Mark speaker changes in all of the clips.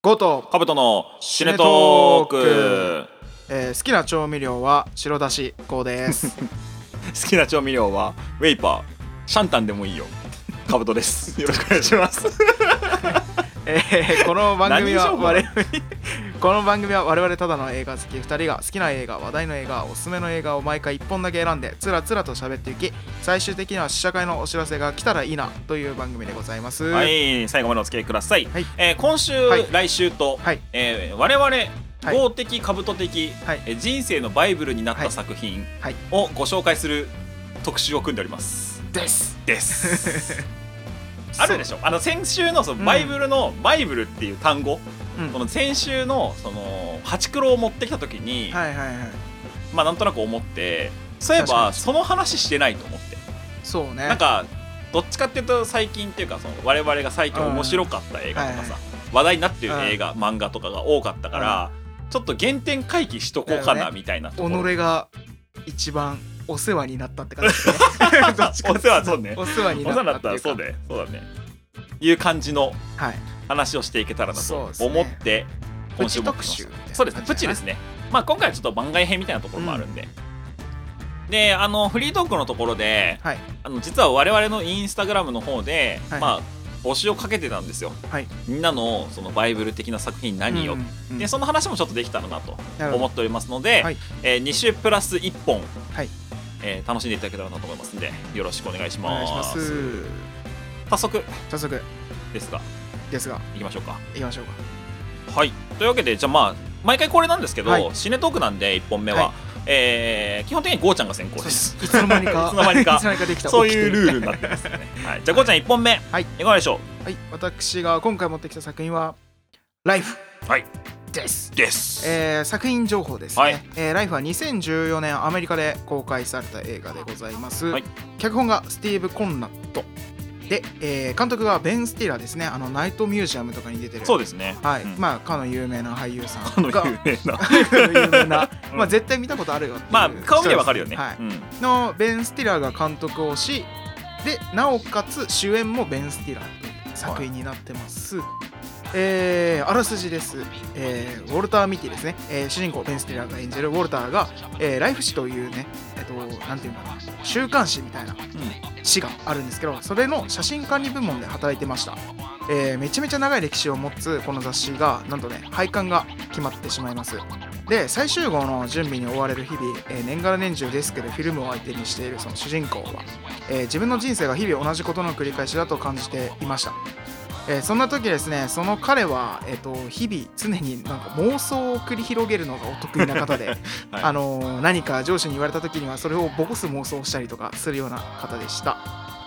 Speaker 1: ゴート、
Speaker 2: カブトのシネトーク
Speaker 1: えー好きな調味料は白だしこうです
Speaker 2: 好きな調味料はウェイパーシャンタンでもいいよカブ トですよろしくお願いします
Speaker 1: えーこの番組は
Speaker 2: 何情報な
Speaker 1: 我
Speaker 2: の
Speaker 1: 々この番組は我々ただの映画好き2人が好きな映画話題の映画おすすめの映画を毎回1本だけ選んでつらつらと喋っていき最終的には試写会のお知らせが来たらいいなという番組でございます
Speaker 2: はい最後までお付き合いください、
Speaker 1: はい
Speaker 2: えー今週、
Speaker 1: はい
Speaker 2: 来週と、
Speaker 1: はい
Speaker 2: えー我々
Speaker 1: い
Speaker 2: 豪的カブト的、
Speaker 1: はい
Speaker 2: えー人生のバイブルになっ
Speaker 1: は
Speaker 2: た
Speaker 1: い
Speaker 2: 作品
Speaker 1: はい
Speaker 2: をご紹介する特集を組んでおります
Speaker 1: です
Speaker 2: です あるでしょあの先週のそのバイブルの、バイブルっていう単語、
Speaker 1: うん
Speaker 2: そ
Speaker 1: は
Speaker 2: の先週のそのハチクロを持ってきた時に、
Speaker 1: いはいはい
Speaker 2: まあなんとなく思ってそういえ
Speaker 1: 確か
Speaker 2: ばその話してないと思って
Speaker 1: そうね
Speaker 2: なんかどっちかっていうと最近っていうかその我々が最近
Speaker 1: うん
Speaker 2: 面白かった映画とか
Speaker 1: はい
Speaker 2: さ、
Speaker 1: は
Speaker 2: 話題になってる映画、漫画とかが多かったから、ちょっと原点回帰しとこうか
Speaker 1: だよ
Speaker 2: な
Speaker 1: ね
Speaker 2: みたいなところ、
Speaker 1: 己 が一番お世話になったって感じ でねどっちか
Speaker 2: お世話そうね
Speaker 1: お世話に
Speaker 2: お
Speaker 1: な
Speaker 2: 世
Speaker 1: った
Speaker 2: 話にな
Speaker 1: っ
Speaker 2: ってた
Speaker 1: い
Speaker 2: ら
Speaker 1: う
Speaker 2: そ
Speaker 1: か
Speaker 2: うねそうだねいう感じの
Speaker 1: はい
Speaker 2: 話をしていけたらな
Speaker 1: そう
Speaker 2: と
Speaker 1: ですね
Speaker 2: 思って、
Speaker 1: プ
Speaker 2: 今週
Speaker 1: チ
Speaker 2: も
Speaker 1: 特集みたいな感じだな
Speaker 2: そうですねプチですねまあ今回はちょっと番外編みたいなところもあるんで、であのフリートークのところで
Speaker 1: はい
Speaker 2: あの実は我々のインスタグラムの方で、
Speaker 1: はい
Speaker 2: まあ募集をかけてたんですよ
Speaker 1: はい
Speaker 2: みんなのそのバイブル的な作品何よ、
Speaker 1: うんうん
Speaker 2: でその話もちょっとできたらなと
Speaker 1: なるほど
Speaker 2: 思っておりますので、
Speaker 1: はい
Speaker 2: えー、2週プラス1本、
Speaker 1: はい
Speaker 2: えー楽しんでいただけたらなと思いますのでよろしくお願いし
Speaker 1: お願いしま
Speaker 2: ます
Speaker 1: す
Speaker 2: 早速
Speaker 1: 早速
Speaker 2: ですが
Speaker 1: ですが
Speaker 2: いきましょうか
Speaker 1: いきましょうか
Speaker 2: はいというわけでじゃあまあ毎回これなんですけど、
Speaker 1: はい
Speaker 2: シネトークなんで1本目は、
Speaker 1: は
Speaker 2: えー基本的にゴーちゃんが先行です
Speaker 1: いつの間にか
Speaker 2: いつの間に か
Speaker 1: いつの間にかできた
Speaker 2: そういうルー
Speaker 1: ル
Speaker 2: ルになってますね、はい、じゃあゴーちゃん1本目、
Speaker 1: はい
Speaker 2: いかがでしょ
Speaker 1: はい私が今回持ってきた作品はライフ
Speaker 2: うはい
Speaker 1: です
Speaker 2: です、
Speaker 1: えー作品情報ですね、
Speaker 2: はい
Speaker 1: えーライフは2014年アメリカで公開された映画でございます、
Speaker 2: はい
Speaker 1: 脚本がスティーブ・コンラッドで、えー監督がベン・スティラーですねあのナイトミュージアムとかに出てる
Speaker 2: そう
Speaker 1: で
Speaker 2: ですね
Speaker 1: すはい、
Speaker 2: うん
Speaker 1: まあかの有名な俳優さ
Speaker 2: あ
Speaker 1: ん
Speaker 2: の
Speaker 1: が
Speaker 2: 有名 な
Speaker 1: 有名な、
Speaker 2: うん
Speaker 1: まあ絶対見たことあるよっていう
Speaker 2: まあ顔見ればわかるよね、
Speaker 1: はい
Speaker 2: うん
Speaker 1: のベン・スティラーが監督をしでなおかつ主演もベン・スティラーという作品になってます、えーあらすじです、えーウォルター・ミティですね、えー主人公ベン・スティラーが演じるウォルターが、えーライフ誌というねえっ、となんていうのかな週刊誌みたいな誌があるんですけどそれの写真管理部門で働いてました、えーめちゃめちゃ長い歴史を持つこの雑誌がなんとね廃刊が決まってしまいますで最終号の準備に追われる日々、えー年がら年中デスクでフィルムを相手にしているその主人公は、えー自分の人生が日々同じことの繰り返しだと感じていました、えーそんな時ですねその彼は、えー、と日々常になんか妄想を繰り広げるのがお得意な方で、
Speaker 2: はい
Speaker 1: あのー何か上司に言われた時にはそれをボコす妄想をしたりとかするような方でした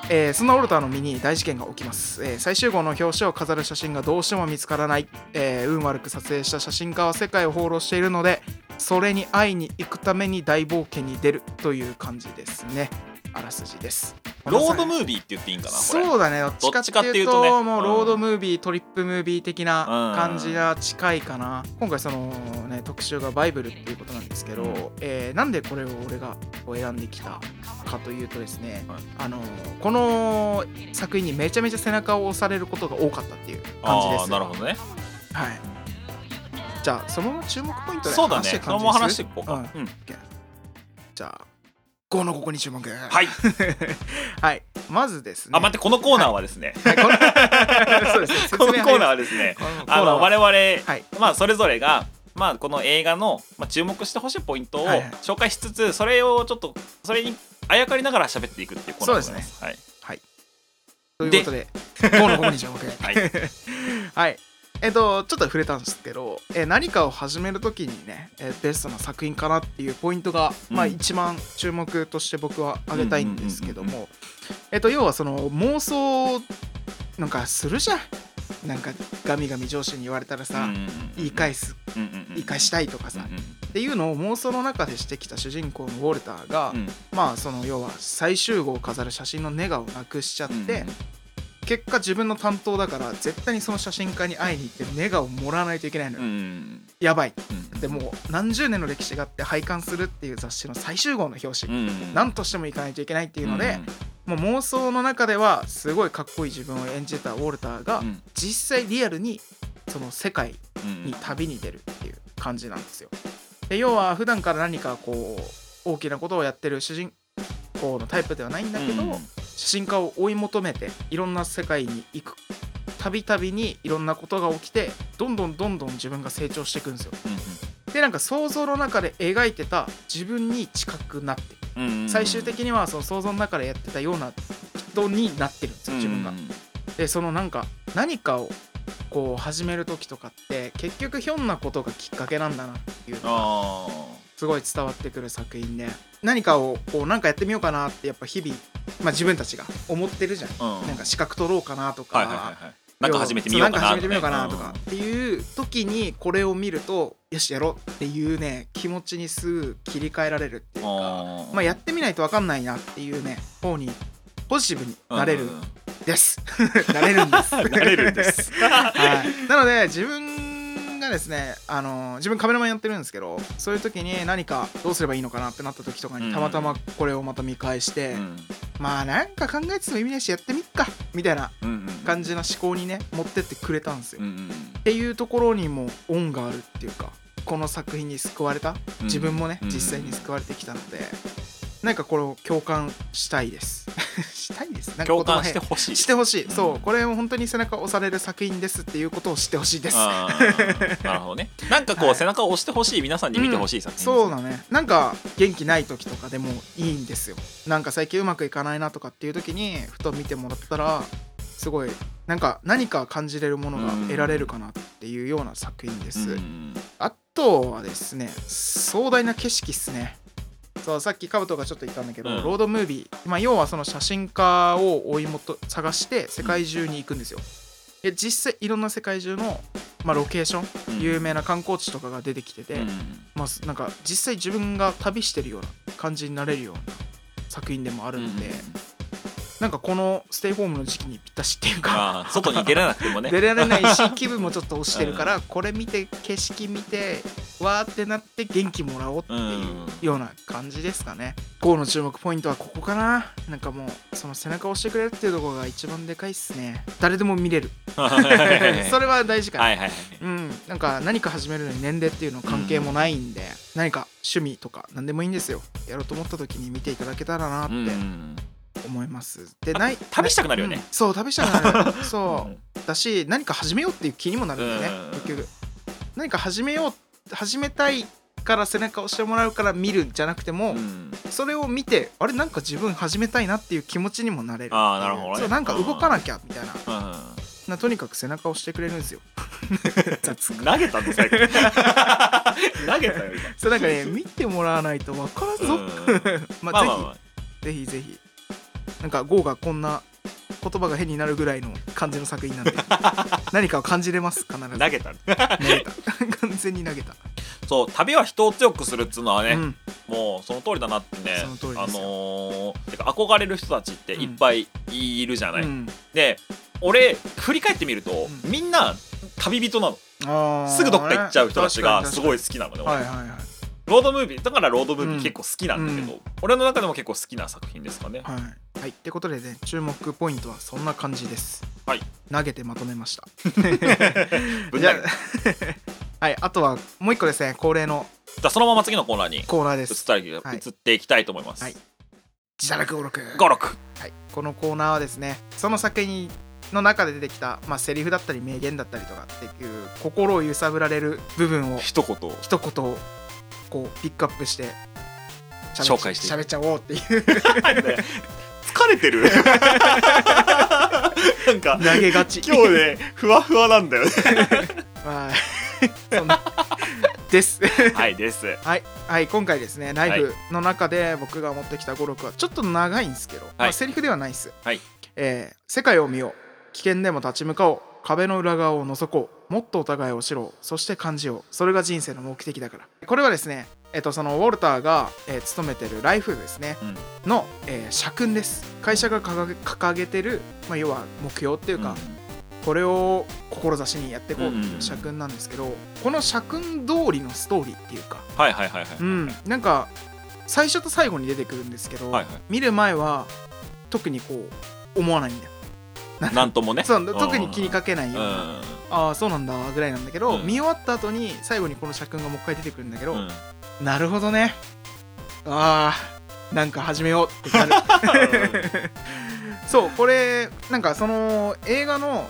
Speaker 1: えーそんなオルターの身に大事件が起きます、えー最終号の表紙を飾る写真がどうしても見つからない、えー運悪く撮影した写真家は世界を放浪しているのでそれに会いに行くために大冒険に出るという感じですねあらすじです
Speaker 2: ロードムービーって言っていいんかなこれ
Speaker 1: そうだねどっちかっていうと
Speaker 2: どっちかっていうとね
Speaker 1: もううんロードムービー、トリップムービー的な
Speaker 2: うん
Speaker 1: 感じが近いかな、今回そのね特集がバイブルっていうことなんですけど、
Speaker 2: うん
Speaker 1: えーなんでこれを俺が選んできたかというとですね、
Speaker 2: はい
Speaker 1: あのこの作品にめちゃめちゃ背中を押されることが多かったっていう感じで
Speaker 2: あー
Speaker 1: す
Speaker 2: なるほどね
Speaker 1: はいじゃあそのまま注目ポイントで
Speaker 2: そうだ
Speaker 1: 話し
Speaker 2: ね
Speaker 1: ていく
Speaker 2: そ
Speaker 1: 感
Speaker 2: の
Speaker 1: じに
Speaker 2: まます
Speaker 1: る
Speaker 2: 話していこうか、うん
Speaker 1: じゃあ5のここに注目は、
Speaker 2: はいい
Speaker 1: まずですね
Speaker 2: あ待ってこのコーナーはですね、
Speaker 1: はいこの そうですね
Speaker 2: このコーナー
Speaker 1: ー
Speaker 2: はですね
Speaker 1: このコーナー
Speaker 2: あの
Speaker 1: は
Speaker 2: 我々、
Speaker 1: はい
Speaker 2: まあそれぞれがまあこの映画の、まあ、注目してほしいポイントを
Speaker 1: はいはい
Speaker 2: 紹介しつつ、それをちょっとそれにあやかりながら喋っていくっていうコーナー
Speaker 1: そうです
Speaker 2: ねはい
Speaker 1: ということで、5の方に注目。
Speaker 2: はい
Speaker 1: はい。えっと、ちょっと触れたんですけど、えー何かを始めるときにね、えーベストな作品かなっていうポイントが、まあ、
Speaker 2: うん
Speaker 1: 一番注目として僕は挙げたいんですけど
Speaker 2: うん
Speaker 1: も、えっと、要はその妄想なんかするじゃん。なんか、ガミガミ上司に言われたらさ、言い返す、
Speaker 2: うんうんうん
Speaker 1: 言い返したいとかさ、
Speaker 2: うんう
Speaker 1: っていうのを妄想の中でしてきた主人公のウォルターが、
Speaker 2: んうん
Speaker 1: まあ、その要は最終号を飾る写真のネガをなくしちゃって、結果自分の担当だから絶対にその写真家に会いに行ってネガをもらわないといけないの
Speaker 2: うん
Speaker 1: よ、
Speaker 2: うんうん
Speaker 1: やばい
Speaker 2: うん
Speaker 1: でもう何十年の歴史があって廃刊するっていう雑誌の最終号の表
Speaker 2: う
Speaker 1: 紙、
Speaker 2: んうん
Speaker 1: 何としても行かないといけないっていうので
Speaker 2: ん、
Speaker 1: もう妄想の中ではすごいかっこいい自分を演じてたウォルターが、
Speaker 2: うん
Speaker 1: 実際リアルにその世界
Speaker 2: うん
Speaker 1: に旅に出るっていう感じなんですよ。で要は普段から何かこう大きなことをやってる主人公のタイプではないんだけど、
Speaker 2: うん
Speaker 1: 写真家を追い求めていろんな世界に行くたびたびにいろんなことが起きてどんどんどんどん自分が成長していくんですよ。でなんか想像の中で描いてた自分に近くなっていく
Speaker 2: うんうん
Speaker 1: 最終的にはその想像の中でやってたような人になってるんですよ自分が
Speaker 2: う。ん
Speaker 1: でそのなんか何かをこう始める時とかって結局ひょんなことがきっかけなんだなっていうのが
Speaker 2: あ
Speaker 1: すごい伝わってくる作品で何かをこうなんかやってみようかなってやっぱ日々、まあ、自分たちが思ってるじゃん。
Speaker 2: あ、うん、
Speaker 1: なんか資格取ろうかなとか、
Speaker 2: はいはいはいはいなんか始めてみようかな
Speaker 1: そうなんか始めてみようかなとか、っていう時にこれを見るとよしやろうっていうね気持ちにすぐ切り替えられるっていう
Speaker 2: うん
Speaker 1: か
Speaker 2: あ
Speaker 1: まあ、やってみないと分かんないなっていうね方にポジティブに
Speaker 2: あ
Speaker 1: なれる
Speaker 2: うん
Speaker 1: です なれるんです
Speaker 2: なれるんです
Speaker 1: はい、なので自分がですねあの自分カメラマンやってるんですけどそういう時に何かどうすればいいのかなってなった時とか
Speaker 2: うん
Speaker 1: にたまたまこれをまた見返して、
Speaker 2: うん
Speaker 1: まあなんか考えてても意味ないしやってみっかみたいな
Speaker 2: うんうん
Speaker 1: 感じの思考にね持ってってくれたんですよ、
Speaker 2: うん
Speaker 1: っていうところにも恩があるっていうかこの作品に救われた
Speaker 2: うん
Speaker 1: 自分もね、
Speaker 2: うん
Speaker 1: 実際に救われてきたのでなんかこれを共感したいです したいですなんか
Speaker 2: 共
Speaker 1: 言葉
Speaker 2: 感
Speaker 1: 変
Speaker 2: してほしい
Speaker 1: してほしい、
Speaker 2: うん
Speaker 1: そうこれも本当に背中を押される作品ですっていうことを知ってほしいです
Speaker 2: あーなるほどねなんかこ
Speaker 1: は
Speaker 2: う
Speaker 1: い
Speaker 2: 背中を押してほしい皆さんに見てほしい作品
Speaker 1: そうだねなんか元気ない時とかでもいいんですよなんか最近うまくいかないなとかっていう時にふと見てもらったらすごいなんか何か感じれるものが得られるかなっていうような作品で
Speaker 2: うん
Speaker 1: す、
Speaker 2: うん
Speaker 1: あとはですね壮大な景色っすねそうさっきカブトがちょっと言ったんだけど、
Speaker 2: うん
Speaker 1: ロードムービー、まあ、要はその写真家を追いもと探して世界中に行くんですよで実際いろんな世界中の、まあ、ロケーション
Speaker 2: うん
Speaker 1: 有名な観光地とかが出てきてて、
Speaker 2: うん
Speaker 1: まあ、すなんか実際自分が旅してるような感じになれるような作品でもあるので、なんかこのステイホームの時期にぴったしっていうか、
Speaker 2: あー外に出れなくても ね
Speaker 1: 出られないし気分もちょっと落ちてるから、これ見て景色見てわーってなって元気もらおうって
Speaker 2: う
Speaker 1: い
Speaker 2: ん
Speaker 1: うような感じですかね。GO の注目ポイントはここかななんかもうその背中を押してくれるっていうところが一番でかいっすね。誰でも見れ る。そ
Speaker 2: は
Speaker 1: れは大事かな。
Speaker 2: いはい
Speaker 1: うん、なんか何か始めるのに年齢っていうのは関係もないんで、何か趣味とか何でもいいんですよやろうと思った時に見ていただけたらなっ
Speaker 2: うんう
Speaker 1: て
Speaker 2: ん
Speaker 1: 思います、でない
Speaker 2: 旅したくなるよね
Speaker 1: うんそう旅したくな るそううんだし何か始めようっていう気にもなるんだよね
Speaker 2: うん
Speaker 1: 結局何か始めよう始めたいから背中を押してもらうから見るんじゃなくても、
Speaker 2: うん
Speaker 1: それを見てあれなんか自分始めたいなっていう気持ちにもなれる
Speaker 2: あーなるほどね
Speaker 1: そうなんか動かなきゃみたいな
Speaker 2: う
Speaker 1: なとにかく背中を押してくれるんですよ雑
Speaker 2: ん投げたんですよ投げたよ
Speaker 1: そうなんか ね見てもらわないと分からん
Speaker 2: 今
Speaker 1: ぞ、
Speaker 2: うん
Speaker 1: まあ、
Speaker 2: まあまあまあ
Speaker 1: ぜひぜひぜひなんか GO がこんな言葉が変になるぐらいの感じの作 品なんで何かを感じれます必ず投
Speaker 2: 投げた
Speaker 1: げた 完全に投げた、
Speaker 2: そう旅は人を強くするっつうのはね、
Speaker 1: うん
Speaker 2: もうその通りだなってね
Speaker 1: その通りですよ
Speaker 2: あのーてか憧れる人たちっていっぱいいるじゃない、
Speaker 1: うん
Speaker 2: で俺振り返ってみると、
Speaker 1: うん
Speaker 2: みんな旅人なの
Speaker 1: あー
Speaker 2: すぐどっか行っちゃう人たちが
Speaker 1: ね
Speaker 2: すごい好きなのね、
Speaker 1: 確か
Speaker 2: 俺
Speaker 1: に確かにはい
Speaker 2: ロードムービーだからロードムービー結構好きなんだけど、
Speaker 1: う
Speaker 2: 俺の中でも結構好きな作品ですかね、
Speaker 1: はいはいはいってことでね注目ポイントはそんな感じです
Speaker 2: はい
Speaker 1: 投げてまとめました
Speaker 2: ぶん
Speaker 1: じ
Speaker 2: 投
Speaker 1: ゃ
Speaker 2: げ た
Speaker 1: あ はいあとはもう一個ですね恒例の
Speaker 2: じゃあそのまま次のコーナーに移っ
Speaker 1: コーナーです
Speaker 2: たり移
Speaker 1: はい
Speaker 2: っていきたいと思います、
Speaker 1: はい自堕落語録
Speaker 2: 五六
Speaker 1: はい、このコーナーはですねその作品の中で出てきた、まあ、セリフだったり名言だったりとかっていう心を揺さぶられる部分を
Speaker 2: 一言
Speaker 1: 一言をこうピックアップして
Speaker 2: 紹介していく
Speaker 1: 喋っちゃおうっていう
Speaker 2: 疲れて るなんか
Speaker 1: 投げがち
Speaker 2: 今日ねふわふわなんだよね
Speaker 1: はい そんなです
Speaker 2: はいです
Speaker 1: はい、はい、今回ですねライ
Speaker 2: は
Speaker 1: ブの中で僕が持ってきた語録はちょっと長いんですけど、まあ、セリフではないです、
Speaker 2: はい
Speaker 1: えー世界を見よう危険でも立ち向かおう壁の裏側を覗こうもっとお互いを知ろうそして感じようそれが人生の目的だからこれはですねえっとそのウォルターが、えー勤めてるライフですね、の、えー社訓です会社が掲げ掲げてる、まあ、要は目標っていうか、これを志にやっていこうっていう社訓なんですけど、この社訓通りのストーリーっていうか
Speaker 2: はいはいはいはい、
Speaker 1: うん、なんか最初と最後に出てくるんですけど、
Speaker 2: はいはい
Speaker 1: 見る前は特にこう思わないんだよ
Speaker 2: なんともね
Speaker 1: そう特に気にかけないような、
Speaker 2: うん
Speaker 1: ああそうなんだぐらいなんだけど、
Speaker 2: うん
Speaker 1: 見終わった後に最後にこの社訓がもう一回出てくるんだけど、
Speaker 2: うん
Speaker 1: なるほどねああなんか始めようってなるそうこれなんかその映画の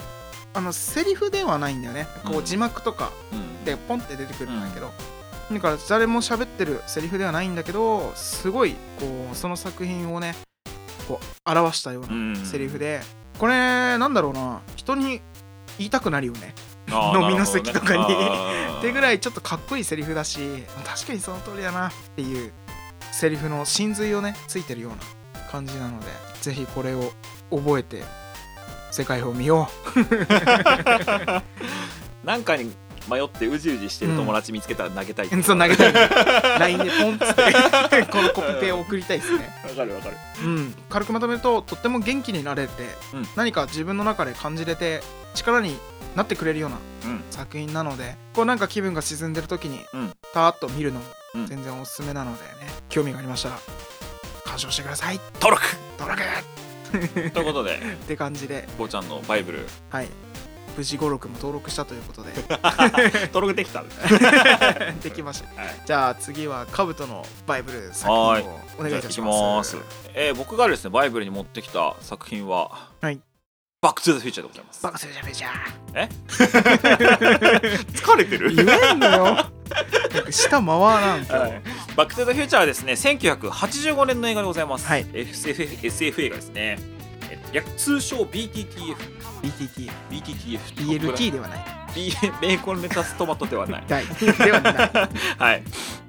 Speaker 1: あのセリフではないんだよねこ
Speaker 2: う
Speaker 1: うん字幕とか
Speaker 2: うん
Speaker 1: でポンって出てくるんだけど、だから誰も喋ってるセリフではないんだけどすごいこうその作品をねこう表したよう
Speaker 2: う
Speaker 1: なんセリフで、これなんだろうな人に言いたくなるよね
Speaker 2: あー
Speaker 1: 飲みの席とかに
Speaker 2: なるほどねあー
Speaker 1: ってぐらいちょっとかっこいいセリフだし確かにその通りだなっていうセリフの真髄をねついてるような感じなのでぜひこれを覚えて世界を見よ
Speaker 2: なんかに迷ってうじうじしてる友達見つけたら投げたい、
Speaker 1: うそう投げたい LINE でポンっつって このコピペを送りたいですね
Speaker 2: わかるわかる
Speaker 1: うん、軽くまとめるととっても元気になれて、
Speaker 2: うん
Speaker 1: 何か自分の中で感じれて力になってくれるような
Speaker 2: うん
Speaker 1: 作品なのでこうなんか気分が沈んでる時に
Speaker 2: うん
Speaker 1: たーっと見るのも
Speaker 2: うん
Speaker 1: 全然おすすめなのでね、興味がありましたら鑑賞してください
Speaker 2: 登録
Speaker 1: 登録
Speaker 2: ということで
Speaker 1: って感じで
Speaker 2: こうちゃんのバイブル
Speaker 1: はい無事語録も登録したということ で
Speaker 2: 登録できた
Speaker 1: できました、
Speaker 2: はい
Speaker 1: じゃあ次はカブトのバイブル作品を
Speaker 2: はーい
Speaker 1: お願いいた
Speaker 2: じ
Speaker 1: し
Speaker 2: ゃあ
Speaker 1: ま
Speaker 2: 行
Speaker 1: す
Speaker 2: きえー僕がですねバイブルに持ってきた作品は
Speaker 1: はい
Speaker 2: バック・トゥ・ザ・フューチャーでございます
Speaker 1: バカするじゃねえじゃん
Speaker 2: 疲れて る
Speaker 1: 言えんのよなんか下回らん今日、
Speaker 2: はいバック・トゥ・ザ・フューチャーはですね1985年の映画でございます、
Speaker 1: はい
Speaker 2: SF, SF 映画ですねえっと略通称 BTTF
Speaker 1: BTT
Speaker 2: BTTF
Speaker 1: BLT ではない
Speaker 2: B ベーコンレタストマトでは ない
Speaker 1: ないではない
Speaker 2: はい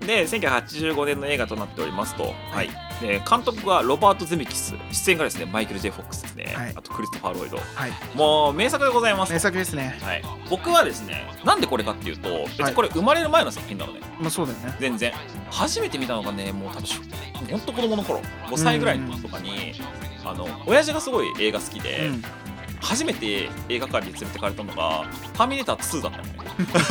Speaker 2: で1985年の映画となっておりますと、はいで監督がロバート・ゼミキス出演がですねマイケル・ジェフォックスですね、
Speaker 1: はい
Speaker 2: あとクリストファー・ロイド
Speaker 1: はい
Speaker 2: もう名作でございます
Speaker 1: 名作ですね
Speaker 2: はい、僕はですねなんでこれかっていうと別
Speaker 1: は
Speaker 2: に
Speaker 1: い
Speaker 2: これ生まれる前の作品なので、
Speaker 1: まあそうだよね
Speaker 2: 全然初めて見たのがねもう多分ほんと子供の頃5歳ぐらいの時とかにあの親父がすごい映画好きで、
Speaker 1: うん
Speaker 2: 初めて映画館に連れてかれたのが「ターミネーター2」だったのね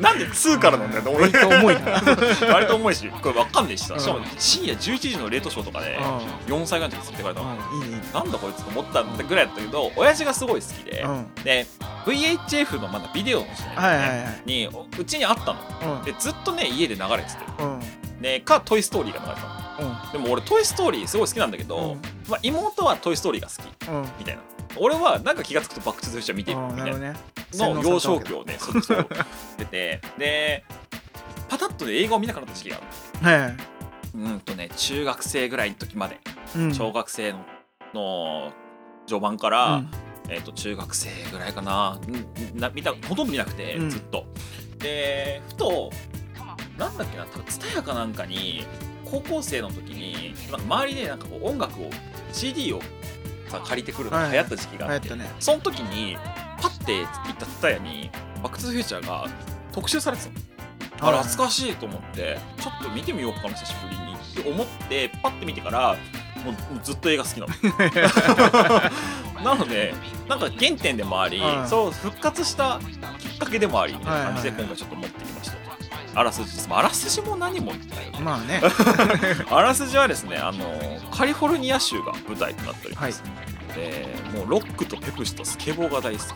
Speaker 2: なんで2からなんだよ
Speaker 1: 割と重い な
Speaker 2: 俺割と重 いしこれ分かんないしさ
Speaker 1: うん
Speaker 2: しかも深夜11時のレートショーとかで4歳ぐらいの時に連れてかれたの、
Speaker 1: うんいいねいいね
Speaker 2: なんだこいつと思ったんだぐらいだったけど親父がすごい好きで、
Speaker 1: うん
Speaker 2: で VHF のまだビデオの時代だ
Speaker 1: はい
Speaker 2: よね
Speaker 1: はいは
Speaker 2: におうちにあったの
Speaker 1: い
Speaker 2: でずっとね家で流れてて
Speaker 1: うんうんうん
Speaker 2: でか「トイ・ストーリー」が流れてたのでも俺「トイ・ストーリー」すごい好きなんだけど、
Speaker 1: うん
Speaker 2: まあ、妹は「トイ・ストーリー」が好き
Speaker 1: うん
Speaker 2: みたいな俺はなんか気が付くと「バック・トゥ・ザ・フューチャー」見てる
Speaker 1: ああ
Speaker 2: み
Speaker 1: な
Speaker 2: た
Speaker 1: る
Speaker 2: い
Speaker 1: ほど
Speaker 2: な
Speaker 1: ね
Speaker 2: の幼少期
Speaker 1: を
Speaker 2: をねそうそう出てでパタッとね映画を見なくなった時期がある
Speaker 1: はいはい
Speaker 2: うんとね中学生ぐらいの時まで
Speaker 1: うん
Speaker 2: 小学生のの序盤から、
Speaker 1: うん
Speaker 2: えー、と中学生ぐらいかなうんな見たほとんど見なくて、
Speaker 1: うん
Speaker 2: ずっとでふとなんだっけな多分蔦屋かなんかに高校生の時になんか周りでなんかこう音楽を CD をさ借りてくるのが流行った時期
Speaker 1: 流
Speaker 2: があ
Speaker 1: 行
Speaker 2: っ、
Speaker 1: ってたね
Speaker 2: その時にパッて行った蔦屋に「バック・トゥ・ザ・フューチャー」が特集されてたのあ
Speaker 1: はい
Speaker 2: 懐かしいと思ってちょっと見てみようかな久しぶりにって思ってパッて見てからもうもうずっと映画好きなのなのでなんか原点でもあり、
Speaker 1: はい
Speaker 2: そう復活したきっかけでもありみたいな感じで
Speaker 1: はいはいはい
Speaker 2: 今回ちょっと持ってきました、あらすじですまああらすじも何もみたいな
Speaker 1: まあ ね
Speaker 2: あらすじはですねあのカリフォルニア州が舞台となっております、でもうロックとペプシとスケボーが大好き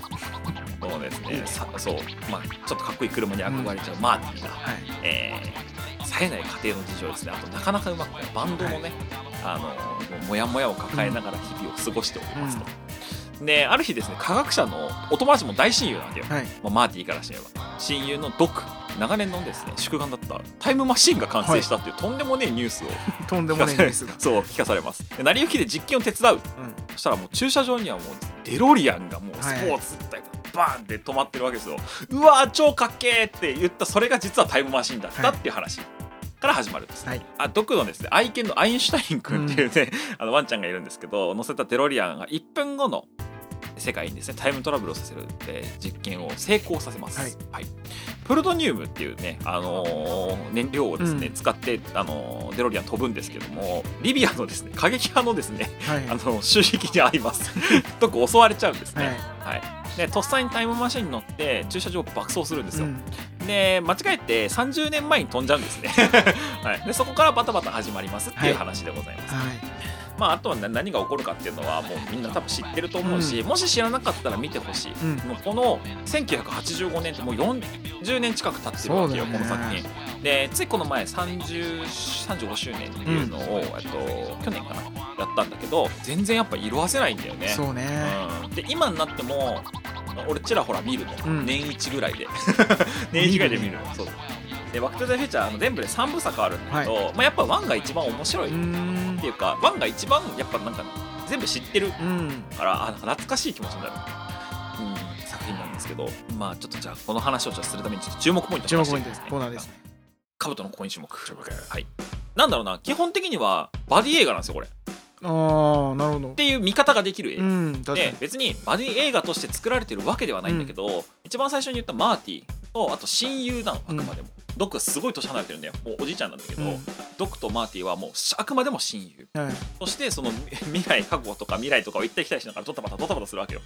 Speaker 2: このですねさそうまあちょっとかっこいい車に憧れちゃうマーティンが、
Speaker 1: はい
Speaker 2: えー、冴えない家庭の事情ですねあとなかなかうまくないバンドもね、あのもうモヤモヤを抱えながら日々を過ごしておりますと、である日ですね科学者のお友達も大親友なんだよ、
Speaker 1: はい
Speaker 2: まあ、マーティーからしてれば親友のドク長年のですね宿願だったタイムマシンが完成したっていう、とんでもねえニュースを
Speaker 1: とんで
Speaker 2: 聞
Speaker 1: もな
Speaker 2: か
Speaker 1: い
Speaker 2: さ
Speaker 1: ニュ
Speaker 2: れ
Speaker 1: ースが
Speaker 2: そう聞かされますで成り行きで実験を手伝う
Speaker 1: うん
Speaker 2: そしたらもう駐車場にはもうデロリアンがもうスポーツみたいな、バーンって止まってるわけですようわー超かっけーって言ったそれが実はタイムマシンだったっていう話から始まるんです、
Speaker 1: はい
Speaker 2: あドクのですね愛犬のアインシュタイン君っていうね、 あのワンちゃんがいるんですけど乗せたデロリアンが1分後の世界にですねタイムトラブルをさせる、えー実験を成功させます、
Speaker 1: はい
Speaker 2: プルトニウムっていうね、あのー燃料をですね、
Speaker 1: うん
Speaker 2: 使って、あのーデロリアン飛ぶんですけどもリビアのですね過激派のですね
Speaker 1: はい
Speaker 2: あの襲撃に遭います。 とく襲われちゃうんです
Speaker 1: はい
Speaker 2: ね。はいでとっさにタイムマシンに乗って駐車場を爆走するんです
Speaker 1: う
Speaker 2: よ、
Speaker 1: ん
Speaker 2: で間違えて30年前に飛んじゃうんですね、はい、でそこからバタバタ始まりますっていう話でございます、
Speaker 1: はい
Speaker 2: まあ、あとはな何が起こるかっていうのはもうみんな多分知ってると思うし、もし知らなかったら見てほしい、
Speaker 1: うん
Speaker 2: もうこの1985年ってもう40年近く経ってるわけよ、
Speaker 1: そうだね
Speaker 2: この作品でついこの前30 35周年っていうのを、えっと去年かなやったんだけど全然やっぱ色褪せないんだよね
Speaker 1: そうね
Speaker 2: うんで今になっても俺ちらほら見るの、
Speaker 1: うん
Speaker 2: 年一ぐら いで年一ぐらいで見るのそうで「バック・トゥ・ザ・フューチャー」あの全部で3部作あるんだけど、まあ、やっぱ1が一番面白
Speaker 1: う
Speaker 2: い
Speaker 1: ー
Speaker 2: っ
Speaker 1: ん
Speaker 2: ていうか1が一番やっぱなんか全部知ってる
Speaker 1: うん
Speaker 2: からあなんか懐かしい気持ちになる、うん、作品なんですけどまあちょっとじゃあこの話をちょっとするためにちょっと注目ポイント
Speaker 1: 注目ポイントですコーナーですね
Speaker 2: かぶとのコイン注目はいなんだろうな基本的にはバディ映画なんですよこれっ
Speaker 1: ああなるほど
Speaker 2: ていう見方ができる映画
Speaker 1: うん確か
Speaker 2: で
Speaker 1: に
Speaker 2: 別にバディ映画として作られてるわけではないんだけど、一番最初に言ったマーティとあと親友なのあくまでも、ドックすごい年離れてるんだよもうおじいちゃんなんだけど、
Speaker 1: うん
Speaker 2: ドックとマーティはもうあくまでも親友
Speaker 1: はい
Speaker 2: そしてそのみ 未来過去とか未来とかを行ったり来たりしながらドタバタドタバタするわけよ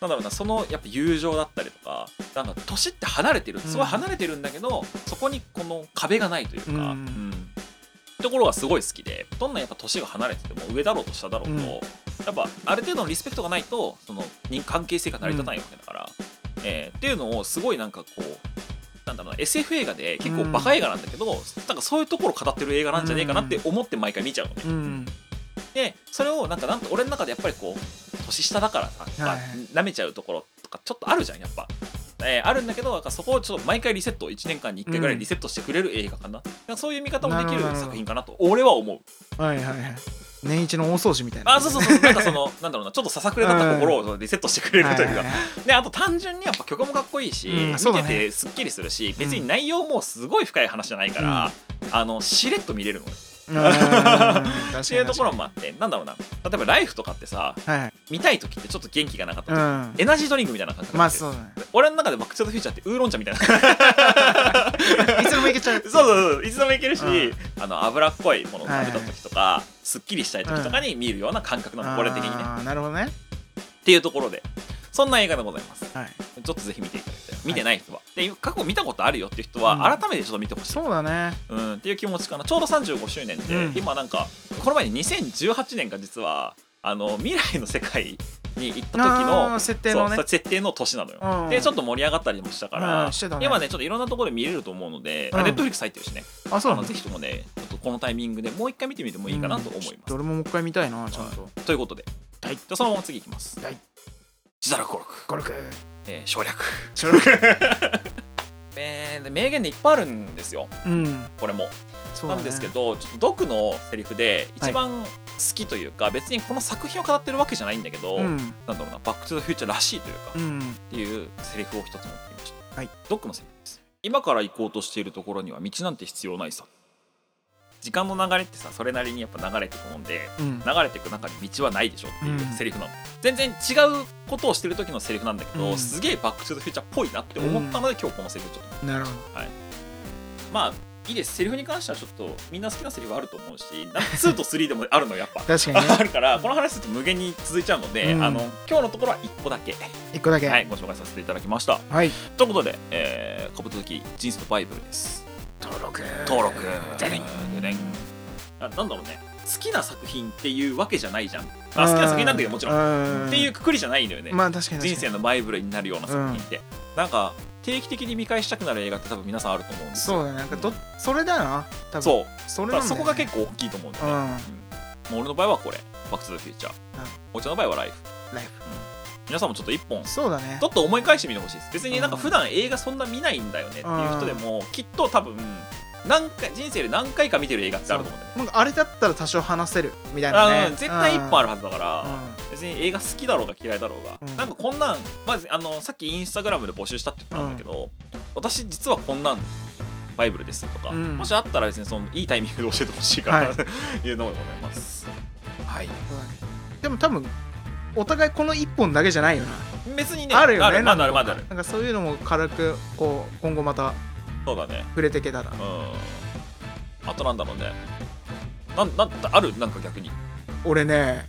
Speaker 2: なんだろうなそのやっぱ友情だったりとかなんか年って離れてる
Speaker 1: うん
Speaker 2: すごい離れてるんだけど、そこにこの壁がないというか、
Speaker 1: うん
Speaker 2: うんところがすごい好きでどんなやっぱ年が離れてても上だろうと下だろうと、
Speaker 1: うん
Speaker 2: やっぱある程度のリスペクトがないとその人関係性が成り立たないわけだから、えーっていうのをすごいなんかこうなんだろうな SF 映画で結構バカ映画なんだけど、なんかそういうところを語ってる映画なんじゃねえかなって思って毎回見ちゃうのね。
Speaker 1: うん
Speaker 2: でそれをなんかなんか俺の中でやっぱりこう年下だからさ
Speaker 1: はい
Speaker 2: なめちゃうところとかちょっとあるじゃんやっぱ、えーあるんだけどなんかそこをちょっと毎回リセット1年間に1回ぐらいリセットしてくれる映画かな,、そういう見方もできる
Speaker 1: なるほど
Speaker 2: 作品かなと俺は思う
Speaker 1: はいはいはい年一の大掃除みたいな
Speaker 2: あそうそうそうなんかその なんだろうなちょっとささくれだった心をリセットしてくれるという
Speaker 1: は
Speaker 2: か、
Speaker 1: いはい
Speaker 2: であと単純にやっぱ曲もかっこいいし、
Speaker 1: うんそう
Speaker 2: 見
Speaker 1: だ
Speaker 2: て
Speaker 1: ね
Speaker 2: てすっきりするし、別に内容もすごい深い話じゃないから、あのしれっと見れるのね
Speaker 1: はいうん確かに
Speaker 2: っていうところもあってなんだろうな例えば「ライフとかってさ
Speaker 1: はいはい
Speaker 2: 見たい時ってちょっと元気がなかった時
Speaker 1: うん
Speaker 2: エナジードリンクみたいな感覚
Speaker 1: ま
Speaker 2: なん
Speaker 1: あ
Speaker 2: ですよ
Speaker 1: そうだね
Speaker 2: 俺の中でバック・トゥ・ザ・フューチャーってウーロン茶みたいな そう
Speaker 1: いつでもいけちゃう
Speaker 2: そうそういつでもいけるし、
Speaker 1: う
Speaker 2: あの脂っこいものを食べた時とか、すっきりしたい時とかに見るような感覚なの、俺的にね
Speaker 1: あーなるほどね
Speaker 2: っていうところでそんな映画でございます
Speaker 1: はい
Speaker 2: ちょっとぜひ見ていただきたい見てない人は、で過去見たことあるよっていう人は、
Speaker 1: うん
Speaker 2: 改めてちょっと見てほしい
Speaker 1: そうだね
Speaker 2: うん、っていう気持ちかなちょうど35周年で、
Speaker 1: うん
Speaker 2: 今なんかこの前に2018年が実はあの未来の世界に行った時
Speaker 1: あ
Speaker 2: の
Speaker 1: ー設定のね
Speaker 2: そう設定の年なのよ、
Speaker 1: うん
Speaker 2: でちょっと盛り上がったりもしたから、
Speaker 1: うんしてたね
Speaker 2: 今ねちょっといろんなところで見れると思うので、
Speaker 1: う
Speaker 2: あ
Speaker 1: ん
Speaker 2: レッドフリックス入ってるしね
Speaker 1: あそう
Speaker 2: あ
Speaker 1: な
Speaker 2: の
Speaker 1: んだ
Speaker 2: ぜひともねちょっとこのタイミングでもう一回見てみてもいいかなと思います
Speaker 1: うん、どれももう一回見たいなちゃんと
Speaker 2: ということで、
Speaker 1: はい
Speaker 2: じゃあそのまま次いきます
Speaker 1: はい
Speaker 2: 自堕落語録
Speaker 1: ゴルフ
Speaker 2: えー省略えーで名言でいっぱいあるんですよ
Speaker 1: うん
Speaker 2: これも
Speaker 1: そうだ
Speaker 2: な
Speaker 1: ね
Speaker 2: んですけど、ちょっと毒のセリフで
Speaker 1: はい
Speaker 2: 一番好きというか、別にこの作品を語ってるわけじゃないんだけど、
Speaker 1: うん
Speaker 2: なんだろうな、バック・トゥ・ザ・フューチャーらしいというか、
Speaker 1: う
Speaker 2: っ
Speaker 1: ん
Speaker 2: ていうセリフを一つ持ってみました。
Speaker 1: はい、
Speaker 2: 毒のセリフです。今から行こうとしているところには道なんて必要ないさ。時間の流れってさ、それなりにやっぱ流れていくもんで、
Speaker 1: うん
Speaker 2: 流れていく中に道はないでしょっていうセリフなの、全然違うことをしてる時のセリフなんだけど、
Speaker 1: うん
Speaker 2: すげえバック・トゥ・ザ・フューチャーっぽいなって思ったので、今日このセリフちょっと
Speaker 1: なるほ
Speaker 2: まあいいですセリフに関してはちょっとみんな好きなセリフあると思うし なんか2と3でもあるのやっぱ
Speaker 1: ど確かにね
Speaker 2: あるからこの話すると無限に続いちゃうので、
Speaker 1: うん
Speaker 2: あの今日のところは1個だけ、
Speaker 1: 一個だけ
Speaker 2: はい、ご紹介させていただきました
Speaker 1: はい
Speaker 2: ということで、えー、カブトキ人生とバイブルです
Speaker 1: 登録
Speaker 2: 登録
Speaker 1: でね
Speaker 2: でねあなんだろうね好きな作品っていうわけじゃないじゃん、まあ、好きな作品なんだけどもちろん
Speaker 1: ん
Speaker 2: っていうくくりじゃないのよね、
Speaker 1: まあ確かに確かに
Speaker 2: 人生のバイブルになるような作品って、なんか定期的に見返したくなる映画って多分皆さんあると思うんですよ
Speaker 1: そうだねなんかどそれだな多分
Speaker 2: そう
Speaker 1: それ
Speaker 2: だ
Speaker 1: な
Speaker 2: か
Speaker 1: んだ
Speaker 2: らそこが
Speaker 1: 構
Speaker 2: 結構大きいと思うんだ
Speaker 1: う
Speaker 2: よね、
Speaker 1: ん
Speaker 2: もう俺の場合はこれ「バック・トゥ・ザ・フューチャー」お茶の場合は「ライフ
Speaker 1: ライフ」
Speaker 2: 皆さんもちょっと一本ち
Speaker 1: そうだね
Speaker 2: ょっと思い返してみてほしいです別になんか普段映画そんな見ないんだよねっていう人でもきっと多分何回人生で何回か見てる映画ってあると思うんだよ
Speaker 1: な
Speaker 2: ね
Speaker 1: んかあれだったら多少話せるみたい
Speaker 2: あ
Speaker 1: な
Speaker 2: の
Speaker 1: ね
Speaker 2: 絶対一本あ
Speaker 1: る
Speaker 2: るはずだから、別に映画好きだろうが嫌いだろうが、
Speaker 1: うん
Speaker 2: なんかこんなん、まずあのさっきインスタグラムで募集したって言ったんだけど、私実はこんなんバイブルですとか、
Speaker 1: うん
Speaker 2: もしあったら別にそのいいタイミングで教えてほしいから、
Speaker 1: はい
Speaker 2: と いうのもございます。はい
Speaker 1: でも多分お互いこの一本だけじゃないよな
Speaker 2: 別にね
Speaker 1: あるよね
Speaker 2: まだあ
Speaker 1: な
Speaker 2: る
Speaker 1: ん
Speaker 2: ま
Speaker 1: か
Speaker 2: だある
Speaker 1: なんかそういうのも軽くこう今後また
Speaker 2: そうだね
Speaker 1: 触れていけたら
Speaker 2: うんあとなんだろうねなんなんあるなんか逆に
Speaker 1: 俺ね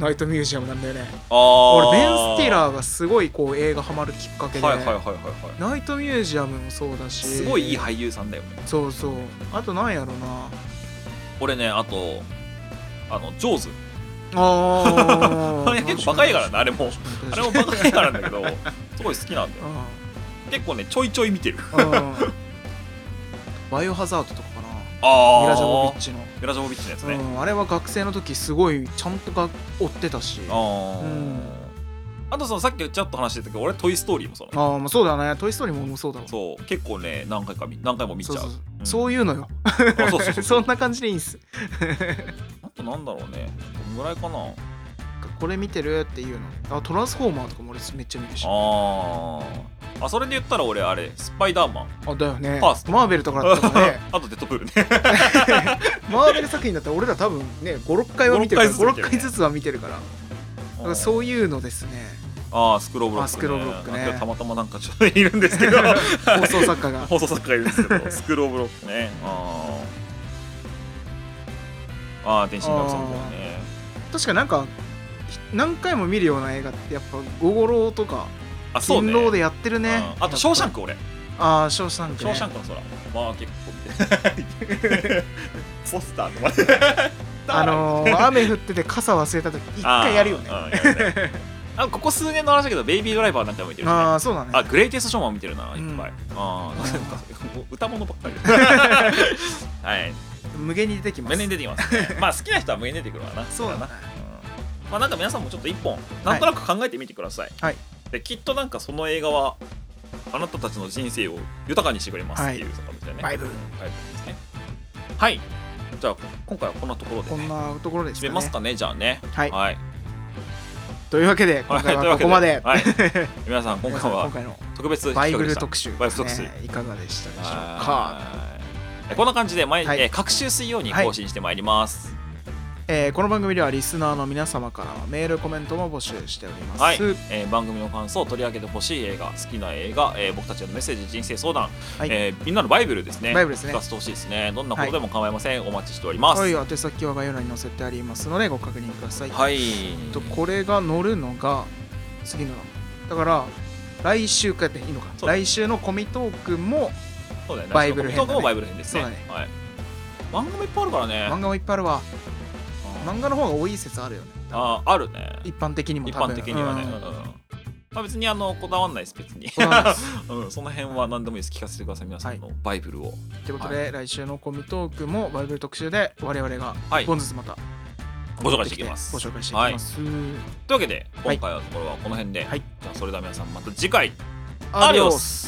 Speaker 1: ナイトミュージアムなんだよね
Speaker 2: ああ
Speaker 1: 俺ベン・スティ
Speaker 2: ー
Speaker 1: ラーがすごいこう映画ハマるきっかけで、
Speaker 2: はいはいはいはいはい
Speaker 1: ナイトミュージアムもそうだし
Speaker 2: すごいいい俳優さんだよね
Speaker 1: そうそうあとなんやろうな
Speaker 2: 俺ねあとあのジョーズ
Speaker 1: あ
Speaker 2: あれ結構バカ映画なん
Speaker 1: ね
Speaker 2: だあれもあれもバカ映画なんだ けどすごい好きなんだよ結構ねちょいちょい見てる
Speaker 1: バイオハザードとかかな
Speaker 2: ああ
Speaker 1: ミラ・ジョボビッチの、
Speaker 2: ミラジョボビッチのやつね、
Speaker 1: うん、あれは学生の時すごいちゃんとが追ってたしあ
Speaker 2: あー
Speaker 1: うん
Speaker 2: あとそのさっきちょっと話してたけど俺「トイ・ストーリー」もそうなの
Speaker 1: あまあそうだね「トイ・ストーリー」もそうだわ
Speaker 2: そう結構ね何回か見何回も見ちゃう
Speaker 1: そうそう
Speaker 2: うん
Speaker 1: そういうのよ
Speaker 2: あそうそうそう
Speaker 1: そんな感じでいいんす
Speaker 2: あとなんだろうねどんぐらいかな
Speaker 1: これ見てるっていうのあトランスフォーマーとかも俺めっちゃ見るし
Speaker 2: あーあそれで言ったら俺あれスパイダーマン
Speaker 1: あだよね
Speaker 2: ファースト
Speaker 1: マーベルとかだったらね
Speaker 2: あとデッドプールね
Speaker 1: マーベル作品だったら俺ら多分ね56回は見てるから
Speaker 2: 5
Speaker 1: 56
Speaker 2: 6
Speaker 1: 回
Speaker 2: 回
Speaker 1: ず
Speaker 2: ず
Speaker 1: つは見てるからだからそういうのですね
Speaker 2: ああスクローブロック、ね、
Speaker 1: あスクローブロックね
Speaker 2: なんかたまたまなんかちょっといるんですけど
Speaker 1: 放送作家が
Speaker 2: 放送作家がいるんですけどスクローブロックねあーあー天心学さんもね
Speaker 1: 確かなんかひ何回も見るような映画ってやっぱ「ゴゴロウ」とか
Speaker 2: あ
Speaker 1: 「
Speaker 2: そう
Speaker 1: 勤
Speaker 2: ね
Speaker 1: 労」でやってるね
Speaker 2: うんあと「ショーシャン
Speaker 1: ク
Speaker 2: ク」俺
Speaker 1: ああショーシャン
Speaker 2: 「
Speaker 1: ク、
Speaker 2: ショ
Speaker 1: ね、
Speaker 2: ーシャンクの空」まあ結構見て ポスターとかね
Speaker 1: あのー、雨降ってて傘忘れた時一回やるよね
Speaker 2: あーうんやるねあここ数年の話だけど「ベイビードライバー」なんかも見てるし、ね、
Speaker 1: ああそうだね
Speaker 2: あ、グレイテストショーマン見てるな、いっぱい。
Speaker 1: うん
Speaker 2: ああ、なんか、もう歌物ば っかりだはい。
Speaker 1: 無限に出てきま
Speaker 2: 無
Speaker 1: す
Speaker 2: 限に出てきますね。まあ、好きな人は無限に出てくるわな。
Speaker 1: そうだ
Speaker 2: な
Speaker 1: な。
Speaker 2: まあ、なんか皆さんもちょっと一本、なんとなく考えてみてください。
Speaker 1: はい
Speaker 2: で、きっとなんかその映画は、あなたたちの人生を豊かにしてくれますっていう作品だよね。
Speaker 1: バイブル
Speaker 2: バイブルですね。はい。じゃあ、今回はこんなところで
Speaker 1: こん
Speaker 2: ね。
Speaker 1: なところですか
Speaker 2: 締め
Speaker 1: ね
Speaker 2: ますかね、じゃあね。
Speaker 1: はい
Speaker 2: はい。
Speaker 1: というわけで今回はここまで、
Speaker 2: はいというわけではい皆さん、今
Speaker 1: 皆さ
Speaker 2: 回
Speaker 1: ん今
Speaker 2: は
Speaker 1: 回の
Speaker 2: 特別
Speaker 1: バイ
Speaker 2: 企画
Speaker 1: ブ
Speaker 2: で
Speaker 1: ル
Speaker 2: した。
Speaker 1: 特集、
Speaker 2: バイブル特集
Speaker 1: ねいかがでしたでしょうか、
Speaker 2: はいこんな感じで毎、
Speaker 1: はい
Speaker 2: えー各週水曜に更新してまいります。
Speaker 1: えーこの番組ではリスナーの皆様からのメールコメントも募集しております、
Speaker 2: はいえー番組の感想、取り上げてほしい映画、好きな映画、えー僕たちへのメッセージ、人生相談、
Speaker 1: はい
Speaker 2: えーみんなのバイブルですね。
Speaker 1: バイブルですね
Speaker 2: 聞かせてほしいですね。どんなことでも構いません。お待ちしております。
Speaker 1: は
Speaker 2: はいい。
Speaker 1: 宛先は概要欄に載せてありますのでご確認ください、えっとこれが乗るのが次のだから来週かっていいのか
Speaker 2: そう
Speaker 1: 来週のコミトークも
Speaker 2: そうだよね
Speaker 1: バイブル編だね
Speaker 2: 僕もバイブル編ですね。
Speaker 1: そうだね
Speaker 2: はい。漫画もいっぱいあるからね。
Speaker 1: 漫画もいっぱいあるわ
Speaker 2: うん
Speaker 1: 漫画の方が多い説あるよね
Speaker 2: あーあるね。
Speaker 1: 一般的にも
Speaker 2: 一
Speaker 1: 多分
Speaker 2: 般的にはね。
Speaker 1: うん
Speaker 2: うんまあ、別にあのこだわんないです別に、
Speaker 1: こだわんないで
Speaker 2: うん、その辺は何でもいいです聞かせてください皆さんのバイブルを
Speaker 1: ということで、来週のコミトークもバイブル特集で我々が
Speaker 2: はい
Speaker 1: 1本ずつまた
Speaker 2: ご紹介していきます
Speaker 1: ご紹介していきます、
Speaker 2: というわけで
Speaker 1: は
Speaker 2: 今
Speaker 1: い
Speaker 2: 回はこれはこの辺で、
Speaker 1: はい
Speaker 2: じゃあそれでは皆さんまた次回
Speaker 1: ア
Speaker 2: ア
Speaker 1: デ
Speaker 2: デ
Speaker 1: ィ
Speaker 2: ィ
Speaker 1: オ
Speaker 2: オ
Speaker 1: ス
Speaker 2: ス